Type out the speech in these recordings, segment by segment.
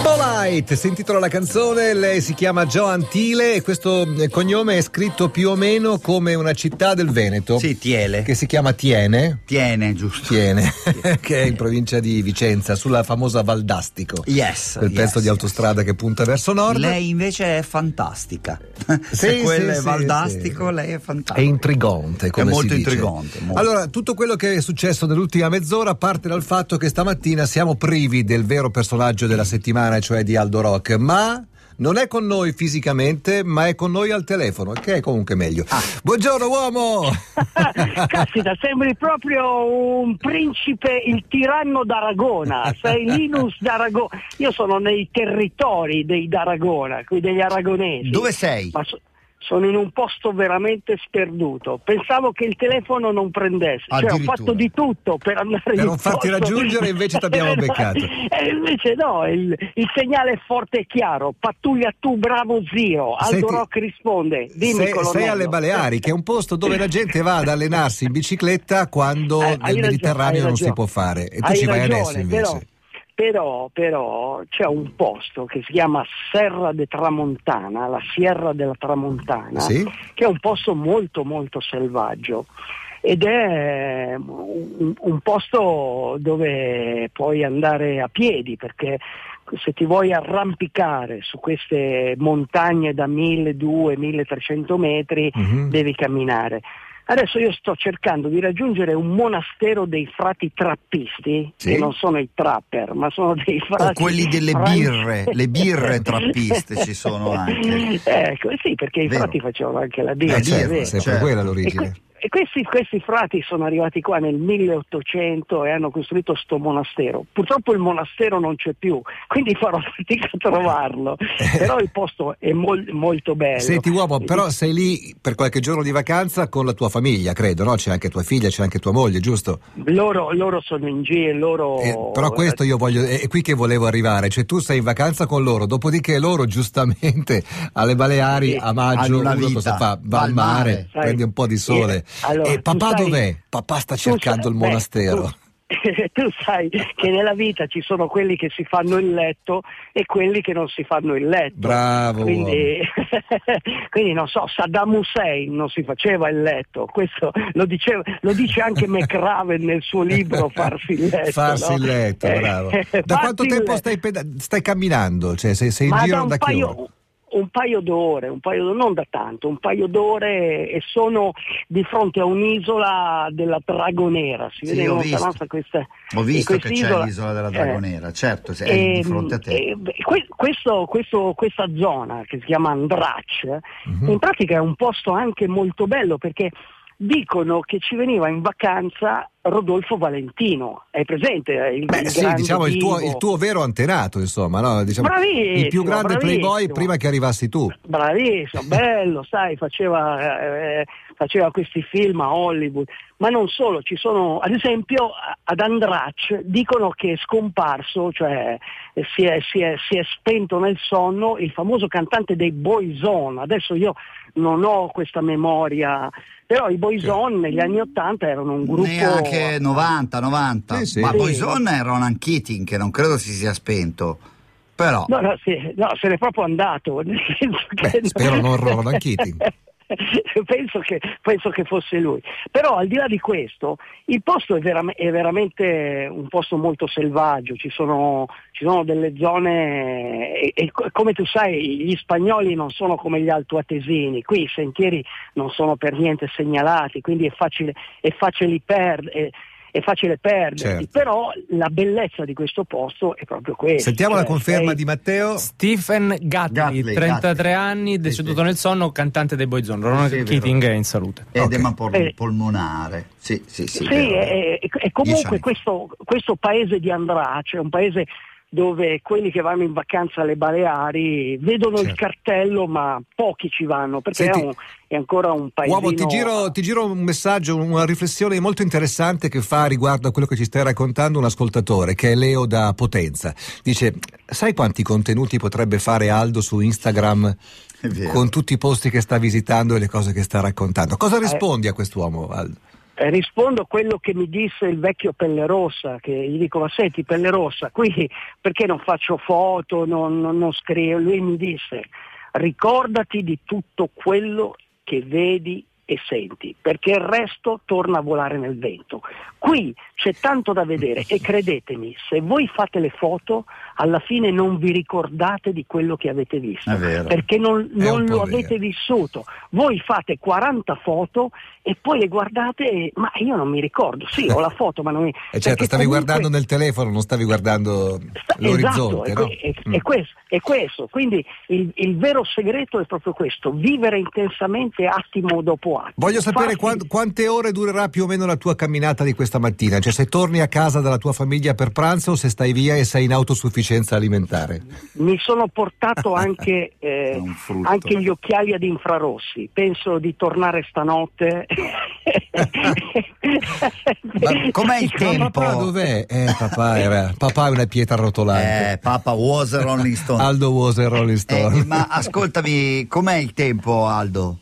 Polite, si intitola la canzone, lei si chiama Joan Tile e questo eh, cognome è scritto più o meno come una città del Veneto Sì, Tiele. che si chiama Tiene, Tiene, giusto. Tiene, che è in provincia di Vicenza, sulla famosa Valdastico, Yes. quel yes, pezzo di yes. autostrada che punta verso nord. Lei invece è fantastica. Sì, Se quello sì, è sì, Valdastico, sì. lei è È fantastica. intrigante, come si molto dice. intrigante, molto. Allora, tutto quello che è successo nell'ultima mezz'ora parte dal fatto che stamattina siamo privi del vero personaggio della settimana, cioè di Aldo Rock, ma non è con noi fisicamente, ma è con noi al telefono, che è comunque meglio. Ah. Buongiorno uomo! Caspita, sembri proprio un principe, il tiranno d'Aragona, sei Linus d'Aragona. Io sono nei territori dei d'Aragona, qui degli aragonesi. Dove sei? Ma so- sono in un posto veramente sperduto. Pensavo che il telefono non prendesse. Cioè, ho Addirittura. fatto di tutto per andare Per in non farti posto. raggiungere, invece t'abbiamo Eh, no, beccato. eh, invece no, il, il segnale è forte e chiaro. Pattuglia tu, bravo zio. Aldo Senti, Rock risponde. Dimmi sei, colonnello. sei alle Baleari, che è un posto dove la gente va ad allenarsi in bicicletta quando Eh, nel hai ragione, Mediterraneo hai non si ragione. può fare. E tu Hai ci vai ragione, adesso invece. Però, però, però c'è un posto che si chiama Serra de Tramontana, la Sierra della Tramontana, Sì? che è un posto molto molto selvaggio ed è un, un posto dove puoi andare a piedi perché se ti vuoi arrampicare su queste montagne da 1200-1300 metri Mhm. devi camminare. Adesso io sto cercando di raggiungere un monastero dei frati trappisti, Sì. che non sono i trapper, ma sono dei frati. O quelli delle fran- birre, le birre trappiste ci sono anche. Ecco, sì, perché i Vero. frati facevano anche la birra. Eh, Beh, sì, è certo, vero. sempre certo. quella E, l'origine. que- e questi, questi frati sono arrivati qua nel 1800 e hanno costruito sto monastero. Purtroppo il monastero non c'è più, quindi farò fatica a trovarlo. Eh. Però il posto è mol- molto bello. Senti uomo, però sei lì per qualche giorno di vacanza con la tua famiglia, credo, no? C'è anche tua figlia, c'è anche tua moglie, giusto? Loro, loro sono in giro, loro... Eh, però questo io voglio, è è qui che volevo arrivare, cioè tu sei in vacanza con loro, dopodiché loro giustamente alle Baleari Sì, a maggio hanno una uno vita, cosa fa? Va al al mare, mare. Sai, prende un po' di sole. eh, allora, e tu papà sai- dov'è? Papà sta Tu cercando sai- il beh, monastero. tu, tu sai che nella vita ci sono quelli che si fanno il letto e quelli che non si fanno il letto. Bravo. uomo. Quindi, quindi non so, Saddam Hussein non si faceva il letto, questo lo, diceva- lo dice anche McRaven nel suo libro Farsi il letto. Farsi no? il letto, Eh, bravo. Da farsi quanto il tempo letto. stai, peda- stai camminando? Cioè sei, sei in Ma giro da un che paio, ora? un paio d'ore, un paio d'ore, non da tanto, un paio d'ore e sono di fronte a un'isola della Dragonera, si Sì, vede ho in visto. lontananza questa Ho visto che quest'isola- c'è l'isola della eh, Dragonera, certo, se- è di ehm, fronte a te. eh, beh, que- questo- questo- questa zona che si chiama Andrac Mhm. in pratica è un posto anche molto bello perché dicono che ci veniva in vacanza Rodolfo Valentino, è presente? eh, Il, Beh, il sì, grande diciamo il tuo, divo. il tuo vero antenato, insomma, no? Diciamo, Bravissimo, il più grande playboy bravissimo. prima che arrivassi tu. Bravissimo, bello, sai, faceva, eh, faceva questi film a Hollywood, ma non solo, ci sono, ad esempio a- ad Andrac dicono che è scomparso, cioè eh, si è, si è- si è spento nel sonno il famoso cantante dei Boyzone, adesso io non ho questa memoria, però i Boyzone negli anni Ottanta erano un gruppo... Neanche 90, 90. Sì, sì. Ma Sì. Poison è Ronan Keating, che non credo si sia spento. Però No, no, sì, no, se n'è proprio andato. nel senso Beh, che- spero non Roland Keating. Penso che, penso che fosse lui. Però al di là di questo, il posto è, veram- è veramente un posto molto selvaggio, ci sono, ci sono delle zone e, e co- come tu sai gli spagnoli non sono come gli altoatesini, qui i sentieri non sono per niente segnalati, quindi è facile, è facile per- è- è facile perdersi, Certo. però la bellezza di questo posto è proprio questa. Sentiamo la cioè, conferma sei- di Matteo. Stephen Gatley, Gatley, 33 Gatley. anni, deceduto Sì, sì. nel sonno, cantante dei Boyzone. Ronald Sì, è vero. Keating è in salute. edema pol- Eh. polmonare. Sì, sì, sì. Sì, eh, vero. e, e- e Dieci comunque anni fa. questo, questo paese di Andrace è un paese dove quelli che vanno in vacanza alle Baleari vedono il Certo. cartello ma pochi ci vanno perché Senti, è, un- è ancora un paese... Uomo, ti giro, ti giro un messaggio, una riflessione molto interessante che fa riguardo a quello che ci stai raccontando un ascoltatore, che è Leo da Potenza. Dice, sai quanti contenuti potrebbe fare Aldo su Instagram È vero. con tutti i posti che sta visitando e le cose che sta raccontando? Cosa rispondi a quest'uomo, Aldo? eh, rispondo a quello che mi disse il vecchio Pelle Rossa, che gli dico ma senti Pelle Rossa, qui perché non faccio foto, non, non- non scrivo? Lui mi disse ricordati di tutto quello che vedi e senti, perché il resto torna a volare nel vento. Qui c'è tanto da vedere e credetemi, se voi fate le foto, alla fine non vi ricordate di quello che avete visto, È vero. perché non, È non un po' lo avete vero. vissuto. Voi fate 40 foto e poi le guardate e ma io non mi ricordo, sì, ho la foto, ma non mi... E certo, perché stavi comunque- guardando nel telefono, non stavi guardando Sta- l'orizzonte, esatto, no? è, è- Mm. è questo, è questo. Quindi il, il vero segreto è proprio questo, vivere intensamente attimo dopo attimo. Voglio sapere Farsi- quan- quante ore durerà più o meno la tua camminata di questa mattina, cioè se torni a casa dalla tua famiglia per pranzo o se stai via e sei in autosufficienza alimentare. Mi sono portato anche, eh, È un frutto. anche gli occhiali ad infrarossi. Penso di tornare stanotte. Ma com'è il Ma tempo? papà dov'è? Eh papà, era- papà è una pietra rotolante. Eh, Papa was a Rolling Stone. Aldo Wose e Rolling Stone. Eh, ma ascoltami, com'è il tempo, Aldo?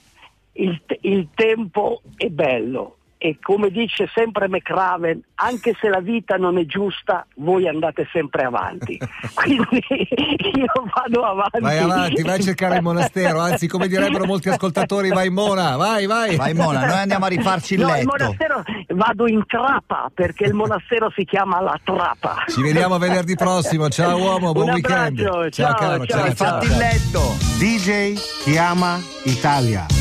Il, te- il tempo è bello e come dice sempre McRaven, anche se la vita non è giusta, voi andate sempre avanti. Quindi io vado avanti. Vai avanti, vai a cercare il monastero, anzi come direbbero molti ascoltatori, vai in mona, vai, vai. Vai Mona, noi andiamo a rifarci il No, il letto. monastero vado in trappa perché il monastero si chiama la trappa. Ci vediamo venerdì prossimo, ciao uomo, buon Un weekend. abbraccio, ciao ciao, caro, ciao, ciao. Rifatti ciao. il letto. DJ Chiama Italia.